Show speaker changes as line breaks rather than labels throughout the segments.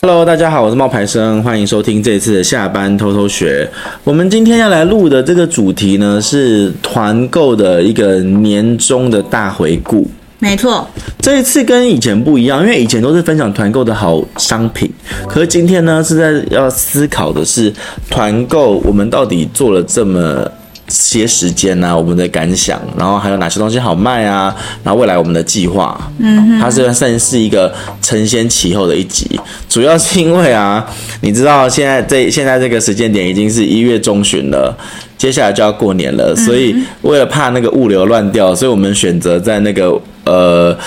Hello，大家好，我是冒牌生，欢迎收听这一次的下班偷偷学。我们今天要来录的这个主题呢，是团购的一个年终的大回顾。
没错，
这一次跟以前不一样，因为以前都是分享团购的好商品，可是今天呢是在要思考的是团购我们到底做了这么些时间呢、我们的感想，然后还有哪些东西好卖啊，然后未来我们的计划，嗯，它这算是一个承先启后的一集，主要是因为啊，你知道现在这现在这个时间点已经是一月中旬了。接下来就要过年了，所以为了怕那个物流乱掉，所以我们选择在那个呃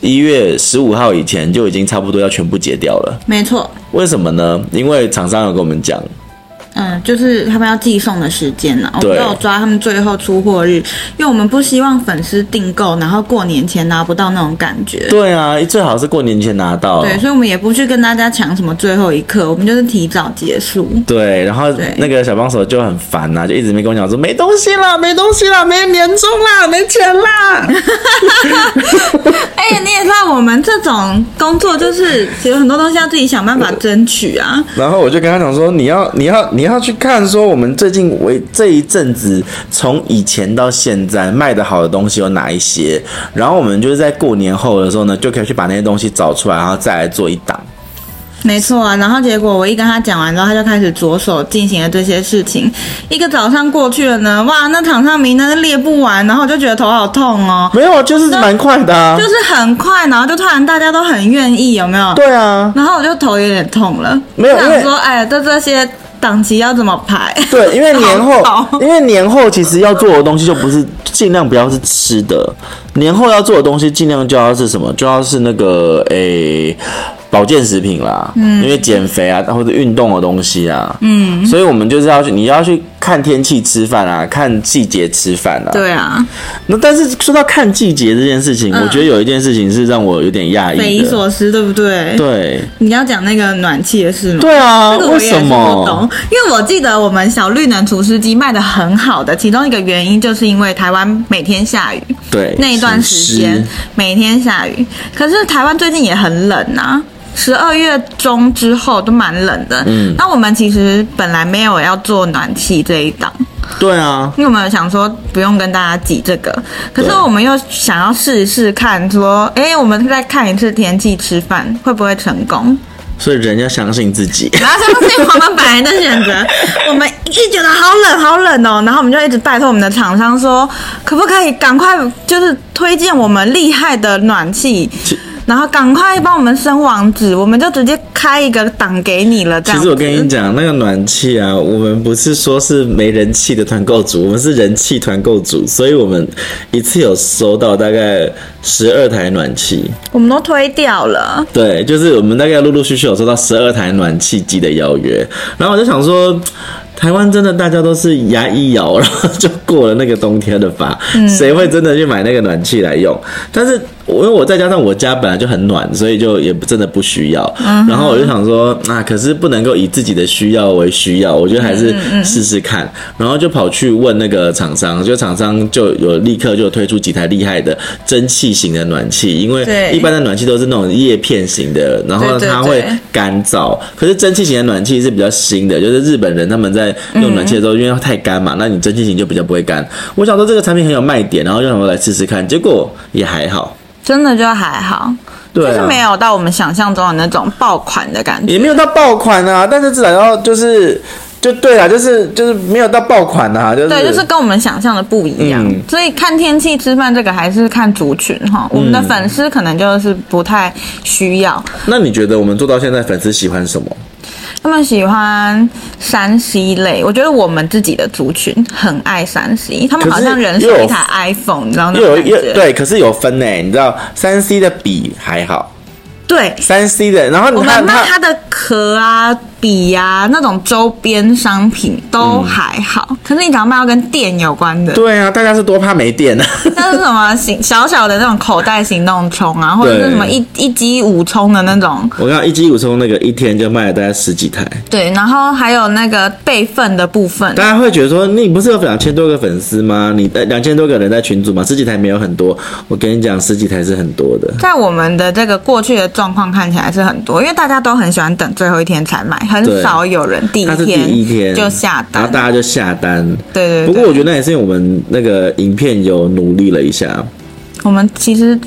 一月十五号以前就已经差不多要全部结掉了。
没错，
为什么呢？因为厂商有跟我们讲，
嗯，就是他们要寄送的时间呢、我
对
们都有抓他们最后出货日，因为我们不希望粉丝订购，然后过年前拿不到那种感觉。
对啊，最好是过年前拿到。
对，所以我们也不去跟大家抢什么最后一刻，我们就是提早结束。
对，然后
对
那个小帮手就很烦啊呐、就一直没跟我讲说没东西啦，没东西啦，没年终啦，没钱啦。
哎、你也知道，我们这种工作就是有很多东西要自己想办法争取啊。
然后我就跟他讲说，你要你要你要去看说我们最近为这一阵子从以前到现在卖的好的东西有哪一些，然后我们就是在过年后的时候呢，就可以去把那些东西找出来，然后再来做一档。
没错啊，然后结果我一跟他讲完之后，他就开始着手进行了这些事情。一个早上过去了呢，哇，那场上名单是列不完，然后我就觉得头好痛哦，
没有，啊就是蛮快的啊
就。是很快，然后就突然大家都很愿意，有没有？
对啊，
然后我就头有点痛了，
没有
我
因为
想说，哎，这这些档期要怎么 排？
对，因为年
好
后，
吵
因为年后其实要做的东西就不是尽量不要是吃的，年后要做的东西尽量就要是什么，就要是那个诶、保健食品啦，嗯，因为减肥啊或者运动的东西啊，嗯，所以我们就是要去，你要去看天气吃饭啊，看季节吃饭啊，。
对啊，
那但是说到看季节这件事情，我觉得有一件事情是让我有点讶
匪
异
夷
的，
所思，对不对？
对，
你要讲那个暖气的事吗？
对啊，
这个
为
我也
什
是不懂
么？，
因为我记得我们小绿能除湿机卖的很好的，其中一个原因就是因为台湾每天下雨
对，
那一段时间
湿，
每天下雨。可是台湾最近也很冷啊，十二月中之后都蛮冷的。嗯，那我们其实本来没有要做暖气这一档，
对啊，
因为我们想说不用跟大家挤这个，可是
对
我们又想要试一试看，说，哎、我们再看一次天气吃饭会不会成功？
所以人要相信自己。
然后相信我们本来的选择，我们一直觉得好冷好冷哦，然后我们就一直拜托我们的厂商说，可不可以赶快就是推荐我们厉害的暖气
其，
然后赶快帮我们升网址，我们就直接开一个档给你了。 这
其
样
实
子
我跟你讲，那个暖气啊，我们不是说是没人气的团购组，我们是人气团购组，所以我们一次有收到大概十二台暖气。
我们都推掉了，
对，就是我们大概陆陆续续有收到十二台暖气机的邀约，然后我就想说，台湾真的大家都是牙一咬，然后就过了那个冬天的吧？谁会真的去买那个暖气来用？但是我因为我再加上我家本来就很暖，所以就也真的不需要。然后我就想说，啊，可是不能够以自己的需要为需要，我觉得还是试试看。然后就跑去问那个厂商，就厂商就有立刻就推出几台厉害的蒸汽型的暖气，因为
对
一般。一般的暖气都是那种叶片型的，然后
对对
它会
对
干燥。可是蒸汽型的暖气是比较新的，就是日本人他们在
嗯
用暖气的时候，因为它太干嘛，那你蒸汽型就比较不会干。我想说这个产品很有卖点，然后就想说来试试看，结果也还好，
真的就还好，
对、啊，
就是没有到我们想象中的那种爆款的感觉。
也没有到爆款啊，但是至少要就是就对啊，就是就是没有到爆款啊，就是
对，就是跟我们想象的不一样，
嗯
所以看天气吃饭这个还是看族群哈。我
嗯
们的粉丝可能就是不太需要，
那你觉得我们做到现在，粉丝喜欢什么？
他们喜欢山西类。我觉得我们自己的族群很爱山西，他们
可是
好像人手
又有
一台 iPhone，你知道那
又
种
有
感
又
觉？
对，可是有分呢、你知道三 C 的比还好，
对
三 C 的，然后
我
它
们卖
它
它的壳啊、笔呀、那种周边商品都还好。可是你讲卖要跟电有关的，
嗯对啊，大家是多怕没电啊。
像是什么行小小的那种口袋行动充啊，或者是什么一一机五充的那种，
我看一机五充那个一天就卖了大概十几台，
对，然后还有那个备份的部分
大，家会觉得说你不是有两千多个粉丝吗？你呃两千多个人在群组吗？十几台没有很多，我跟你讲，十几台是很多的。
在我们的这个过去的状况看起来是很多，因为大家都很喜欢等最后一天才买，很
对
少有人第
它
一
是第一天
天就下
然
单
后。大家就下单。
对对对
不过我觉得那也是因为我们那个影片有努力了一下，
我们其实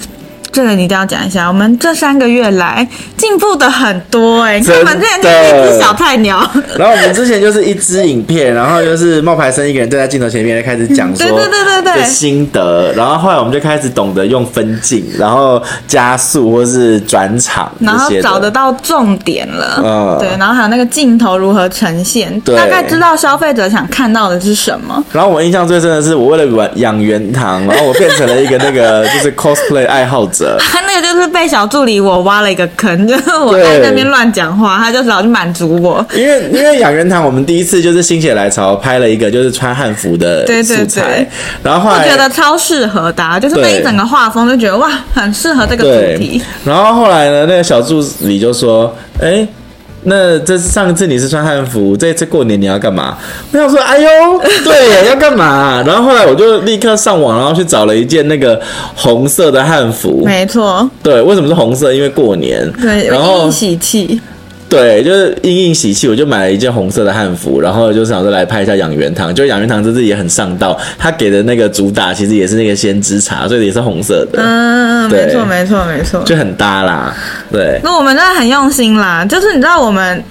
这个你一定要讲一下，我们这三个月来进步的很多哎、你看我们之前就是一只小 菜鸟，
然后我们之前就是一支影片，然后就是冒牌生一个人站在镜头前面开始讲说
对对对对对
的心得，然后后来我们就开始懂得用分镜，然后加速或是转场这
然后
些
找得
的。
到重点了，
嗯
对，然后还有那个镜头如何呈现，
对
大概知道消费者想看到的是什么。
然后我印象最深的是，我为了玩养元堂，然后我变成了一个那 个就是 cosplay 爱好者。
他那个就是被小助理我挖了一个坑，就是我在那边乱讲话，他就老去满足我。
因为因为养元堂，我们第一次就是心血来潮拍了一个就是穿汉服的
对
素
对
材，
对
然后后
我
来
觉得超适合的、啊，就是那
对
一整个画风就觉得哇，很适合这个主
对
题。，
然后后来呢，那个小助理就说：“哎，那这次上次你是穿汉服，这次过年你要干嘛？”我想说：“哎 呦，对耶，要干嘛？”然后后来我就立刻上网，然后去找了一件那个红色的汉服。
没错，
对，为什么是红色？因为过年。
对，
然
有
后
一喜气。
对，就是因应喜气，我就买了一件红色的汉服，然后就是想说来拍一下养元堂。就养元堂这次也很上道，他给的那个主打其实也是那个先知茶，所以也是红色 的，
嗯，
对
没错，没错，没错。
就很搭啦。对，
那我们真的很用心啦，就是你知道我们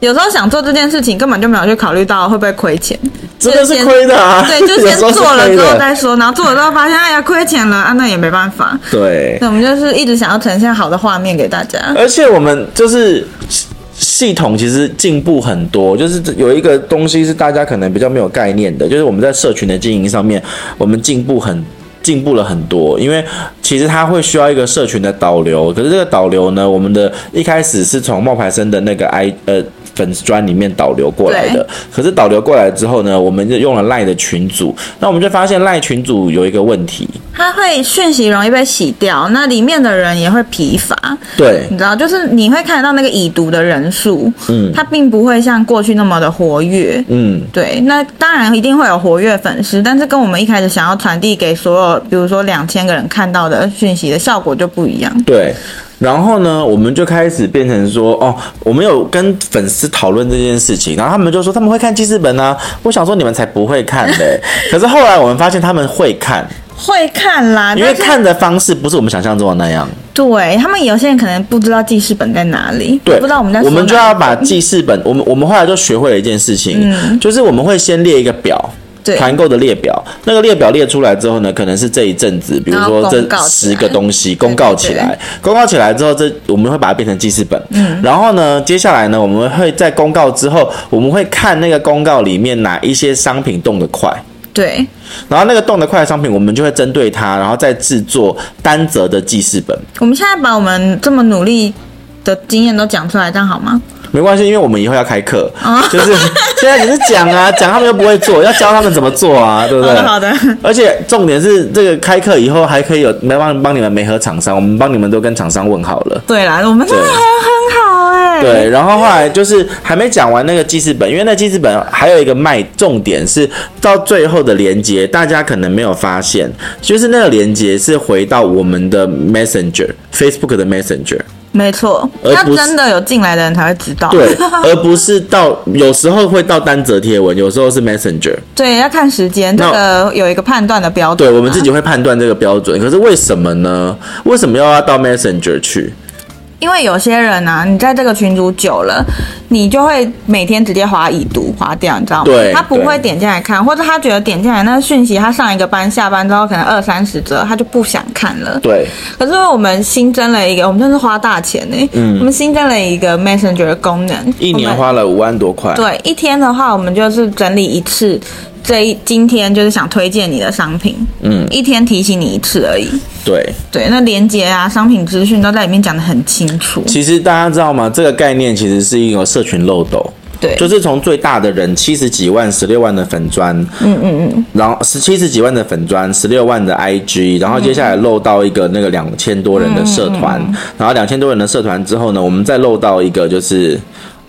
有时候想做这件事情，根本就没有去考虑到会不会亏钱，
真的是亏的啊！
对， 就
有
先
时候是
做了
亏
之后
的啊
再说，然后做了之后发现哎呀亏钱了啊，那也没办法。
对，
那我们就是一直想要呈现好的画面给大家。
而且我们就是系系统其实进步很多，就是有一个东西是大家可能比较没有概念的，就是我们在社群的经营上面，我们进步很。进步了很多，因为其实它会需要一个社群的导流，可是这个导流呢，我们的一开始是从冒牌生的那个 i 呃粉砖里面导流过来的，可是导流过来之后呢，我们就用了赖的群组，那我们就发现赖群组有一个问题，
它会讯息容易被洗掉，那里面的人也会疲乏，
对，
你知道，就是你会看得到那个已读的人数，嗯，它并不会像过去那么的活跃，
嗯，
对，那当然一定会有活跃粉丝，但是跟我们一开始想要传递给所有，比如说两千个人看到的讯息的效果就不一样。
对，然后呢，我们就开始变成说，哦，我们有跟粉丝讨论这件事情，然后他们就说他们会看记事本啊。我想说你们才不会看嘞，可是后来我们发现他们会看，
会看啦，
因为
但是
看的方式不是我们想象中的那样。
对他们有些人可能不知道记事本在哪里，
对，
不知道我们在说
我们就
哪
要
里 嗯
把记事本，我们我们后来就学会了一件事情，就是我们会先列一个表。
对
团购的列表，那个列表列出来之后呢，可能是这一阵子，比如
然后
说
公
这
告起
十
来
个东西公告起来，公告起来之后，这我们会把它变成记事本。嗯，然后呢，接下来呢，我们会在公告之后，我们会看那个公告里面哪一些商品动得快，
对
然后那个动得快的商品，我们就会针对它，然后再制作单则的记事本。
我们现在把我们这么努力的经验都讲出来，这样好吗？
没关系，因为我们以后要开课，
哦
就是现在只是讲啊，讲他们又不会做，要教他们怎么做啊，对不
哦好
对？
的，好的。
而且重点是，这个开课以后还可以有没帮帮你们媒合厂商，我们帮你们都跟厂商问好了。
对啦，我们真的
对
很很好哎、
对，然后后来就是还没讲完那个记事本，因为那记事本还有一个卖重点是到最后的连接，大家可能没有发现，就是那个连接是回到我们的 Messenger Facebook 的 Messenger，
没错，
而
要
不是
真的有进来的人才会知道。
对，而不是到有时候会到单则贴文，有时候是 Messenger。
对，要看时间，这
那
个有一个判断的标准
对
啊。
我们自己会判断这个标准，可是为什么呢？为什么又要到 Messenger 去？
因为有些人啊，你在这个群组久了，你就会每天直接划已读划掉，你知道吗？
对
他不会
对
点进来看，或者他觉得点进来那个讯息，他上一个班下班之后可能二三十折，他就不想看了。
对，
可是因为我们新增了一个，我们真是花大钱呢、我们新增了一个 Messenger 的功能，
嗯一
我
年
们
花了五万多块。
对，一天的话，我们就是整理一次。这一今天就是想推荐你的商品，嗯，一天提醒你一次而已。
对，
对，那链接啊、商品资讯都在里面讲得很清楚。
其实大家知道吗？这个概念其实是一个社群漏斗。
对，
就是从最大的人七十几万、十六万的粉砖，嗯嗯嗯，然后十七十几万的粉砖，十六万的 IG，然后接下来漏到一个那个两千多人的社团，
嗯
然后两千多人的社团之后呢，我们再漏到一个就是。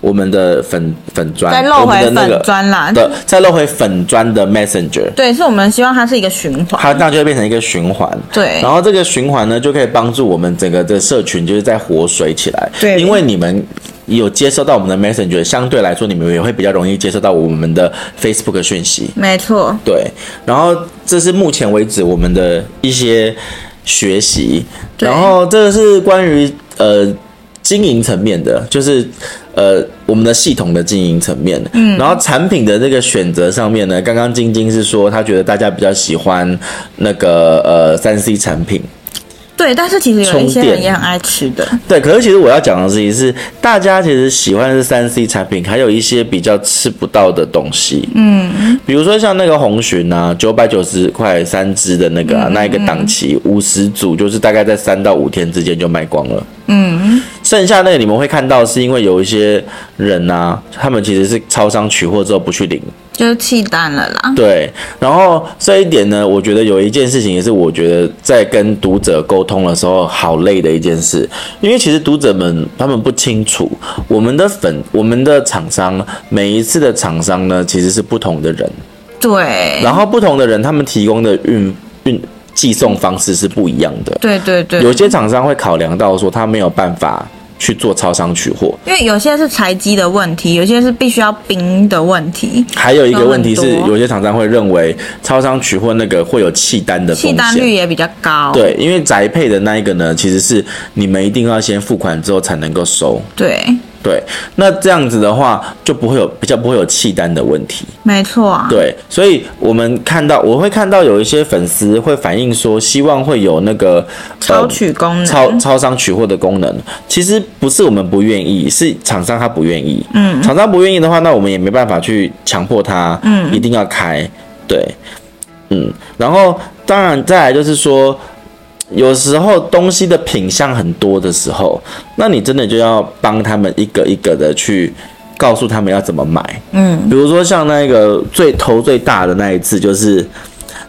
我们的粉粉砖，
再
我
漏回
们的那个
粉砖啦
的再漏回粉砖的 Messenger，
对，是我们希望它是一个循环。
它这样就会变成一个循环。
对
然后这个循环呢，就可以帮助我们整个的社群就是在活水起来。
对
因为你们。有接收到我们的 Messenger，相对来说你们也会比较容易接收到我们的 Facebook 的讯息。
没错，
对，然后这是目前为止我们的一些学习，
对
然后这个是关于呃经营层面的，就是呃我们的系统的经营层面，嗯，然后产品的这个选择上面呢，刚刚晶晶是说她觉得大家比较喜欢那个呃三 C 产品，
对，但是其实有一些
充
人
电
也很爱吃的，
对，可是其实我要讲的事情是，大家其实喜欢的是三 C 产品，还有一些比较吃不到的东西。嗯，比如说像那个红鲟啊，九百九十块三只的那个、啊，那一个档期五十组，就是大概在三到五天之间就卖光了。嗯，剩下那个你们会看到，是因为有一些人啊，他们其实是超商取货之后不去领。
就是弃单了 啦。
对，然后这一点呢，我觉得有一件事情也是我觉得在跟读者沟通的时候好累的一件事，因为其实读者们他们不清楚我们的粉，我们的厂商每一次的厂商呢其实是不同的人，
对，
然后不同的人他们提供的运运寄送方式是不一样的，
对对对，
有些厂商会考量到说他没有办法去做超商取货，
因为有些是采集的问题，有些是必须要冰的问题，
还有一个问题是
有很多
有些厂商会认为超商取货那个会有弃单的风
弃
险。
单率也比较高。
对，因为宅配的那一个呢，其实是你们一定要先付款之后才能够收。
对，
对，那这样子的话就不会有比较不会有弃单的问题。
没错啊。
对，所以我们看到我会看到有一些粉丝会反映说，希望会有那个呃
超取功能，
超超商取货的功能，其实不是我们不愿意，是厂商他不愿意。嗯，厂商不愿意的话，那我们也没办法去强迫他，嗯，一定要开。对，嗯，然后当然再来就是说，有时候东西的品相很多的时候，那你真的就要帮他们一个一个的去告诉他们要怎么买。
嗯，
比如说像那个最头最大的那一次就是。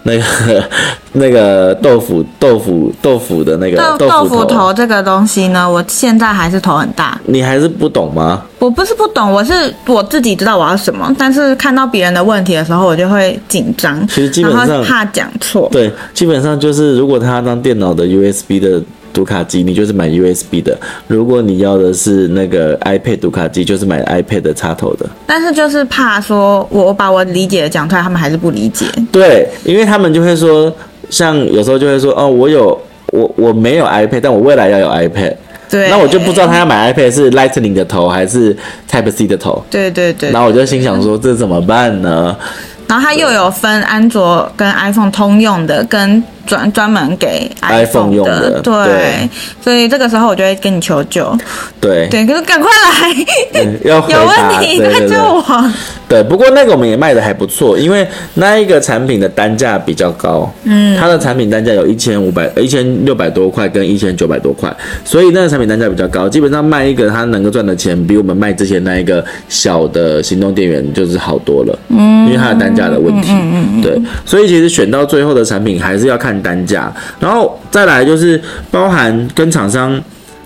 那个那个豆腐豆腐豆腐的那个
豆
豆
豆
腐
腐头这个东西呢，我现在还是头很大。
你还是不懂吗？
我不是不懂，我是我自己知道我要什么，但是看到别人的问题的时候，我就会紧张，
其实基本上
然后怕讲错。
对，基本上就是如果他当电脑的 USB 的读卡机，你就是买 USB 的；如果你要的是那个 iPad 读卡机，就是买 iPad 的插头的。
但是就是怕说我我把我理解的讲出来，他们还是不理解。
对，因为他们就会说，像有时候就会说，哦，我有我我没有 iPad，但我未来要有 iPad。
对，
那我就不知道他要买 iPad 是 Lightning 的头还是 Type C 的头。
对对对，
然后我就心想说，这怎么办呢？
然后它又有分安卓跟 iPhone 通用的，跟专专门给
iPhone 用
的，
的
对
对
所以这个时候我就会跟你求救，
对，
对，可是赶快来，
嗯要回
有
答。
问题
对对
快
对。
救我，
对，不过那个我们也卖的还不错，因为那一个产品的单价比较高，嗯，它的产品单价有一千五百、一千六百多块跟一千九百多块，所以那个产品单价比较高，基本上卖一个它能够赚的钱比我们卖之前那一个小的行动电源就是好多了，嗯，因为它的单价的问题，嗯嗯对，所以其实选到最后的产品还是要看单价，然后再来就是包含跟厂商。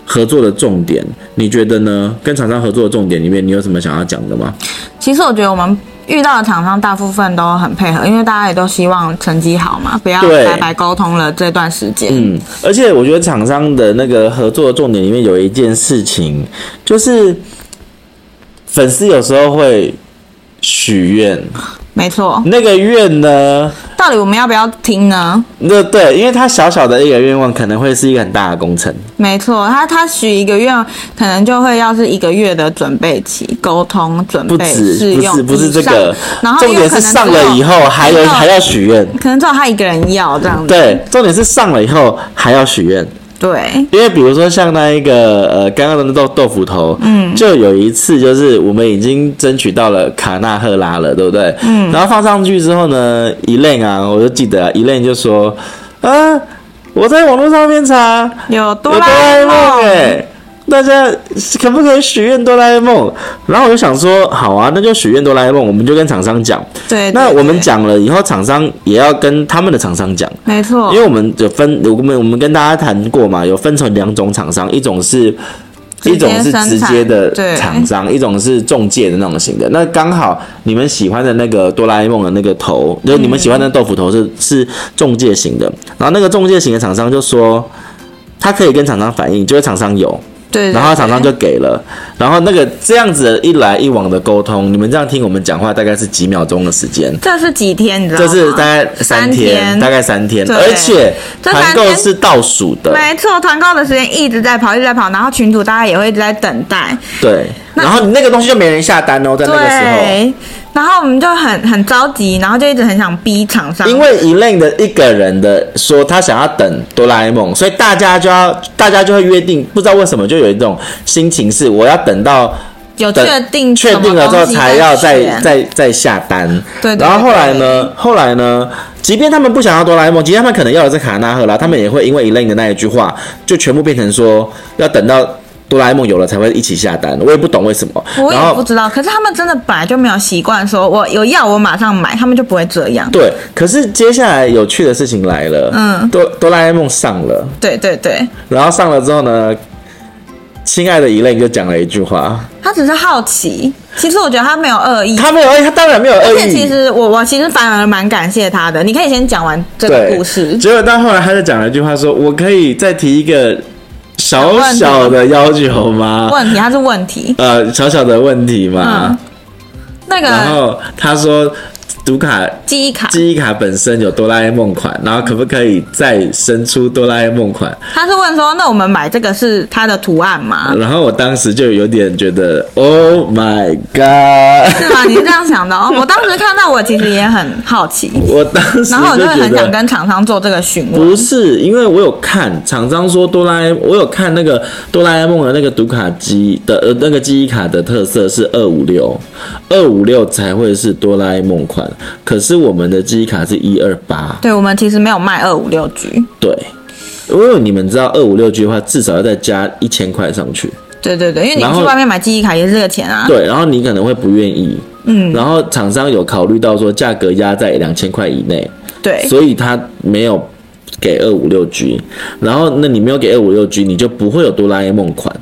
合作的重点，你觉得呢？跟厂商合作的重点里面，你有什么想要讲的吗？
其实我觉得我们遇到的厂商大部分都很配合，因为大家也都希望成绩好嘛，不要
对
白白沟通了这段时间。
嗯，而且我觉得厂商的那个合作重点里面有一件事情，就是粉丝有时候会许愿，
没错，
那个愿呢，
到底我们要不要听呢？
那对，因为他小小的一个愿望可能会是一个很大的工程，
没错，他他许一个月，可能就会要是一个月的准备期，沟通准
不
备
止
试
不
用
是不是这
以上
个，
然后
重
又
点
可
是
能
上了以后还有还
要，
要许愿，
可能只有他一个人要这样子。
对，重点是上了以后还要许愿，
对，
因为比如说像那一个呃刚刚的豆豆腐头，嗯，就有一次就是我们已经争取到了卡纳赫拉了，对不对？嗯，然后放上去之后呢，一类啊，我就记得啊，一类就说，啊，我在网络上面查
有
有
哆
哆
啦
啦
A
梦哎、
梦，
大家可不可以许愿哆啦 A 梦？然后我就想说，好啊，那就许愿哆啦 A 梦，我们就跟厂商讲。
对，
那
对
我们
对
讲了以后，厂商也要跟他们的厂商讲。
没错
因，为我们有分，我们我们跟大家谈过嘛，有分成两种厂商，一种是。
直接
一种是直接的
生产对
厂商，一种是中介的那种型的。那刚好你们喜欢的那个哆啦 A 梦的那个头，就是你们喜欢的豆腐头是是中介型的。然后那个中介型的厂商就说，他可以跟厂商反映，就是厂商有，
对，对
然后
对
厂商就给了。然后那个这样子一来一往的沟通，你们这样听我们讲话大概是几秒钟的时间。
这是几天，你知道
这
吗？
是大概三
三
天，
天
大概三天，
对
而且
这
团
三
购
天
是倒数的，
没错，团购的时间一直在跑，一直在跑，然后群主大家也会一直在等待，
对。然后你那个东西就没人下单哦，在那个时
对，然后我们就很很着急，然后就一直很想逼厂商，
候，因为 Elaine 的一个人的说他想要等哆啦 A 梦，所以大家就要大家就会约定，不知道为什么就有一种心情是我要等到。
有
等
确定
确定了之后才要再再再下单。
对对
然后后来呢
对？
后来呢？即便他们不想要哆啦 A 梦，即便他们可能要的是卡纳赫拉，他们也会因为 Elaine 的那一句话，就全部变成说要等到哆啦 A 梦有了才会一起下单。我也不懂为什么。
我
然
也不
后
知道，可是他们真的本来就没有习惯说，我有要我马上买，他们就不会这样。
对，可是接下来有趣的事情来了。
嗯
哆哆啦 A 梦上了，
对对对，
然后上了之后呢，亲爱的 Elaine 就讲了一句话，
他只是好奇，其实我觉得他没有恶意。
他没有恶意，他当然没有恶
而且
意。
其实我我其实反而蛮感谢他的，你可以先讲完这个
对，
故 事。
结果到后来，他就讲了一句话说：“我可以再提一个小小的要求吗？
问题，它是问题。
呃，小小的问题吗
嗯？”那
然
个
后他说：“读卡
记忆卡，
记忆卡本身有哆啦 A 梦款，然后可不可以再生出哆啦 A 梦款
他是问说，那我们买这个是它的图案？”吗？
然后我当时就有点觉得：“Oh my god！”
是吗？你是这样想 的哦。我当时看到，我其实也很好奇，
我当时
然后我
就
就会
觉
很想
得。
跟厂商做这个询问。
不是，因为我有看厂商说哆啦 A，我有看那个哆啦 A 梦的那个读卡机的呃那个记忆卡的特色是二五六，二五六才会是哆啦 A 梦款，可是我们的记忆卡是一二八，
对我们其实没有卖二五六 G，
对。因为你们知道二五六 G 的话，至少要再加一千块上去，
对对对，因为
然
你
后
去外面买记忆卡也是这个钱啊。
对，然后你可能会不愿意，嗯，然后厂商有考虑到说价格压在两千块以内，
对
所以他没有给二五六 G，然后那你没有给二五六 G，你就不会有哆啦 A 梦款。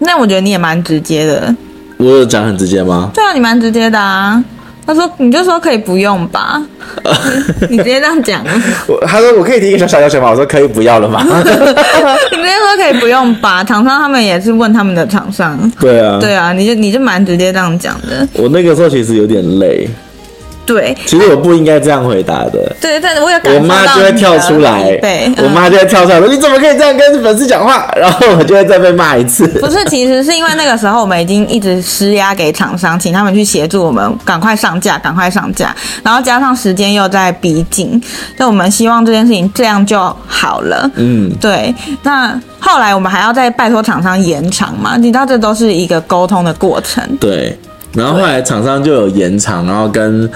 那我觉得你也蛮直接的，
我有讲很直接吗？
对啊，你蛮直接的啊。他说，你就说可以不用 吧，你直接这样讲， 你
我他说我可以提一个小小要求吗？我说可以不要了吗？
直接说可以不用吧。厂商他们也是问他们的厂商，
对啊，
对啊，你就你就蛮直接这样讲的，
我那个时候其实有点累，
对。
其实我不应该这样回答的。
对，但是我有感
我
受到
妈就会跳出来
你的疲惫，
我
嗯
妈就会跳出来说：“你怎么可以这样跟粉丝讲话？”然后我就会再被骂一次。
不是，其实是因为那个时候我们已经一直施压给厂商，请他们去协助我们赶快上架，赶快上架。然后加上时间又在逼近，所以我们希望这件事情这样就好了。
嗯，
对，那后来我们还要再拜托厂商延长嘛？你知道这都是一个沟通的过程。
对。然后后来厂商就有延长，然后跟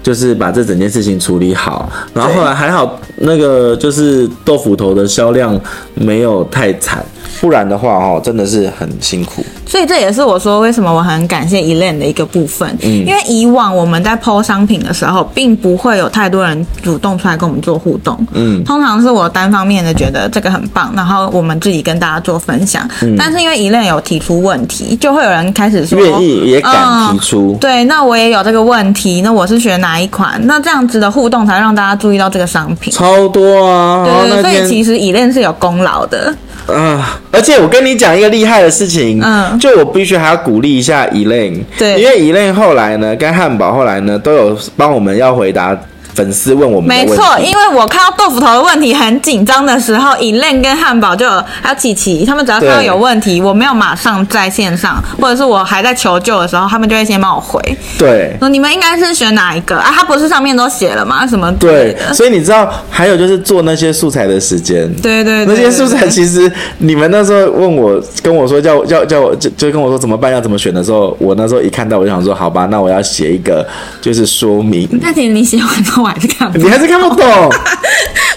就是把这整件事情处理好。然后后来还好，那个就是豆腐头的销量没有太惨，不然的话哦，真的是很辛苦。
所以这也是我说为什么我很感谢 Elaine 的一个部分，
嗯
因为以往我们在 PO 商品的时候，并不会有太多人主动出来跟我们做互动，
嗯
通常是我单方面的觉得这个很棒，然后我们自己跟大家做分享。
嗯
但是因为 Elaine 有提出问题，就会有人开始说
愿意也敢提出
嗯对，那我也有这个问题，那我是选哪一款？那这样子的互动才让大家注意到这个商品。
超多啊！然后
对对，
那
所以
天
其实 Elaine 是有功劳的，
啊，而且我跟你讲一个厉害的事情，
嗯
就我必须还要鼓励一下 Elaine，
对
因为 Elaine 后来呢，跟汉堡后来呢，都有帮我们要回答粉丝问我们
没
的问
错，
题
因为我看到豆腐头的问题很紧张的时候，以令跟汉堡就有还有琪琪，他们只要看到
对
有问题，我没有马上在线上，或者是我还在求救的时候，他们就会先帮我回，
对。
说你们应该是选哪一个啊？他不是上面都写了吗？什么之类
对
的，
所以你知道，还有就是做那些素材的时间，
对对对
那些素材
对
其实你们那时候问我，跟我说叫我叫叫我就就跟我说怎么办，要怎么选的时候，我那时候一看到我就想说，好吧，那我要写一个就是说明，
那其实你写完之后我还是看 不
你
懂，
还是看不懂，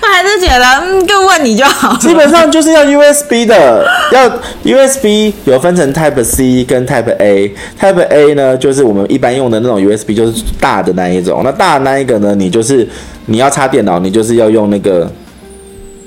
我还是觉得嗯，就问你就好
基
了。
本上就是要 USB 的，要 USB 有分成 Type C 跟 Type A。Type A 呢，就是我们一般用的那种 USB，就是大的那一种。那大的那一个呢，你就是你要插电脑，你就是要用那个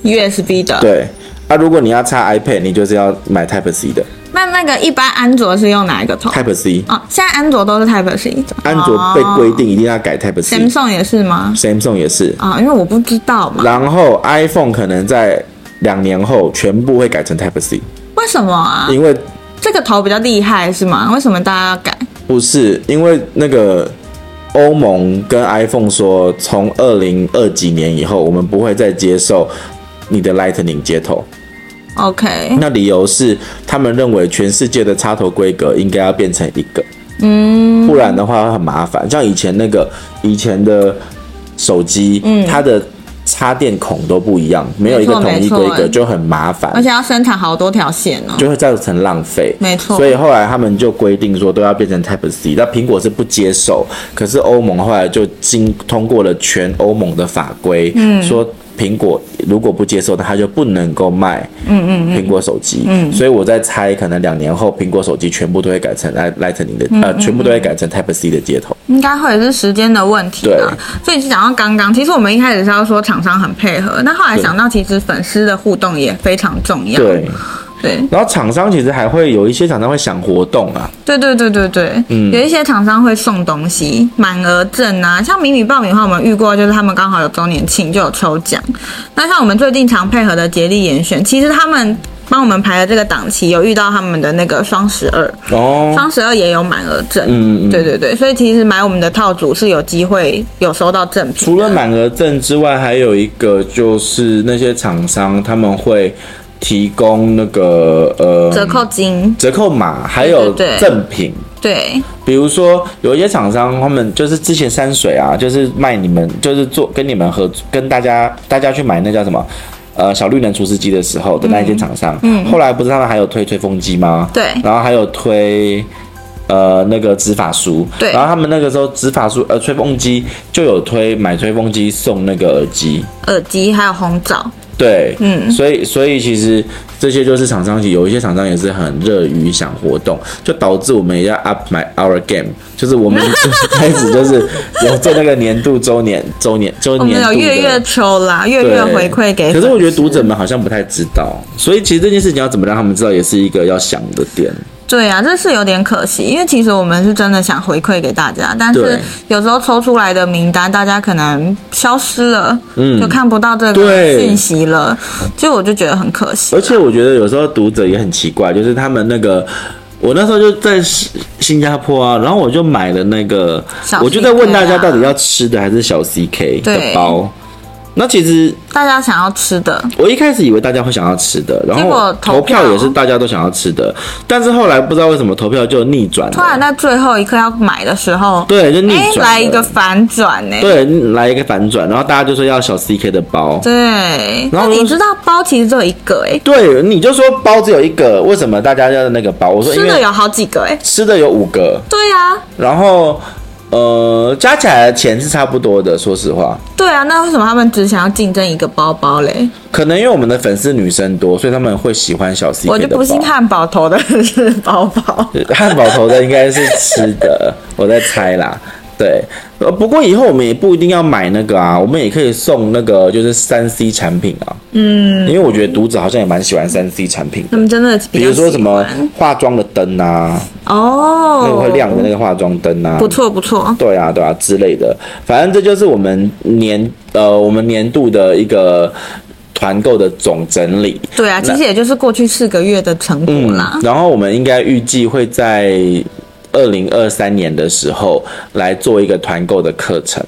USB 的，
对。啊，如果你要插 iPad，你就是要买 Type C 的
那那个一般安卓是用哪一个头？
Type C。
哦，现在安卓都是 Type C，
安卓被规定一定要改 Type
s a
C，Samsung
m s u n g 哦也是吗？
也是。
啊，因为我不知道嘛，
然后 iPhone 可能在两年后全部会改成 Type C，
为什么啊？
因为
这个头比较厉害是吗？为什么大家要改？
不是，因为那个欧盟跟 iPhone 说，从二零二几年以后，我们不会再接受你的 Lightning 接头。
OK，
那理由是，他们认为全世界的插头规格应该要变成一个，嗯，不然的话会很麻烦。像以前那个以前的手机，它的插电孔都不一样，没有一个
嗯没
统一
错没
规
错
格，就很麻烦。
而且要生产好多条线哦。
就会造成浪费，
没错
所以后来他们就规定说都要变成 Type C，那苹果是不接受，可是欧盟后来就经通过了全欧盟的法规，嗯，说苹果如果不接受，那它就不能够卖，嗯嗯，苹果手机，嗯，所以我在猜，可能两年后苹果手机全部都会改成 Light- Lightning 的，呃，全部都会改成 Type C 的接头，
应该会是时间的问题啦
对。
所以是讲到刚刚，其实我们一开始是要说厂商很配合，那后来
对
想到其实粉丝的互动也非常重要。
对。
对
然后厂商其实还会有一些厂商会想活动啊，
对对对对对，
嗯
有一些厂商会送东西，满额赠啊，像迷你爆米花，我们遇过，就是他们刚好有周年庆就有抽奖。那像我们最近常配合的竭力严选，其实他们帮我们排的这个档期，有遇到他们的那个双十二，
哦，
双十二也有满额赠，
嗯嗯嗯
对对对，所以其实买我们的套组是有机会有收到赠品。
除了满额赠之外，还有一个就是那些厂商他们会提供那个呃
折扣金，
折扣码，还有
对对对
赠品。
对
比如说，有一些厂商，他们就是之前山水啊，就是卖你们，就是做跟你们合，跟大家大家去买那叫什么，呃，小绿能除湿机的时候的那一间厂商，嗯，后来不是他们还有推吹风机吗？
对
然后还有推呃那个执法书，
对
然后他们那个时候执法书呃吹风机就有推买吹风机送那个耳机，
耳机还有红枣，
对，
嗯
所以所以其实这些就是厂商，有一些厂商也是很热于想活动，就导致我们也要 up my our game，就是我们 就是开始就是有做那个年度周年周年周
我们
年度的
有月月抽啦，月
对
月回馈给
可
粉丝。
是我觉得读者们好像不太知道，所以其实这件事情要怎么让他们知道，也是一个要想的点。
对啊，这是有点可惜，因为其实我们是真的想回馈给大家，但是
对
有时候抽出来的名单，大家可能消失了，
嗯
就看不到这个
对
讯息了，所以我就觉得很可惜
而。且我觉得有时候读者也很奇怪，就是他们那个。我那时候就在新新加坡啊，然后我就买了那个，
小
我就在问
CK 啊
大家到底要吃的还是小 CK
对
的包。那其实
大家想要吃的，
我一开始以为大家会想要吃的，然
结
后
果投
投
票
票也是大家都想要吃的，但是后来不知道为什么投票就逆转
突然
了，
在最后一刻要买的时候，
对，就逆
哎，
转了
来一个反转呢、
对，来一个反转，然后大家就说要小 CK 的包，
对，
然
那
后
你
我就
知道包其实只有一个哎、
对，你就说包只有一个，为什么大家要那个包？我说因
吃的
为
有好几个哎、
吃的有五个，
对啊，
然后呃，加起来的钱是差不多的。说实话，
对啊，那为什么他们只想要竞争一个包包嘞？
可能因为我们的粉丝女生多，所以他们会喜欢小 C。
我就不信汉堡头的 是包包。
汉堡头的应该是吃的，我在猜啦。对，呃，不过以后我们也不一定要买那个啊，我们也可以送那个就是三 C 产品啊。嗯，因为我觉得读者好像也蛮喜欢三 C 产品
他
的，
们真的
比
比较
如
喜欢
说什么化妆的灯啊，那个
哦
会，亮的那个化妆灯啊，
不错不错，
对啊，对啊之类的，反正这就是我们年呃我们年度的一个团购的总整理。
对啊，其实也就是过去四个月的成果
嗯
啦，。
然后我们应该预计会在二零二三年的时候来做一个团购的课程。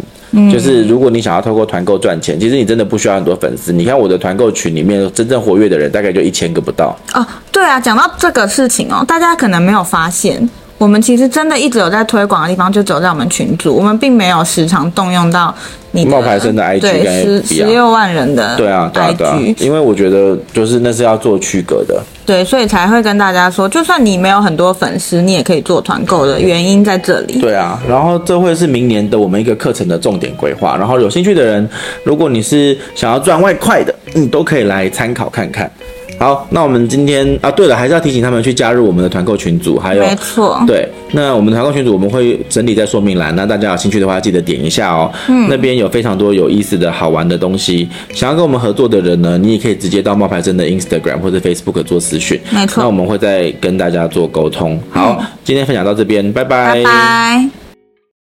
就是如果你想要透过团购赚钱，其实你真的不需要很多粉丝。你看我的团购群里面，真正活跃的人大概就一千个不到。
哦，对啊，讲到这个事情哦，大家可能没有发现，我们其实真的一直有在推广的地方，就只有在我们群组，我们并没有时常动用到你的
冒牌生的 IG
对
跟
十
FB
十
啊
六万人的 IG，
对啊，对啊，对啊，因为我觉得就是那是要做区隔的。
对所以才会跟大家说，就算你没有很多粉丝，你也可以做团购的原因在这 里。
对啊，然后这会是明年的我们一个课程的重点规划。然后有兴趣的人，如果你是想要赚外快的，你都可以来参考看看。好，那我们今天啊，对了，还是要提醒他们去加入我们的团购群组，还有
没错，
对，那我们团购群组我们会整理在说明栏，那大家有兴趣的话记得点一下哦。嗯，那边有非常多有意思的好玩的东西。想要跟我们合作的人呢，你也可以直接到冒牌真的 Instagram 或者 Facebook 做私讯，
没错嗯
那我们会再跟大家做沟通。好，今天分享到这边，
拜拜。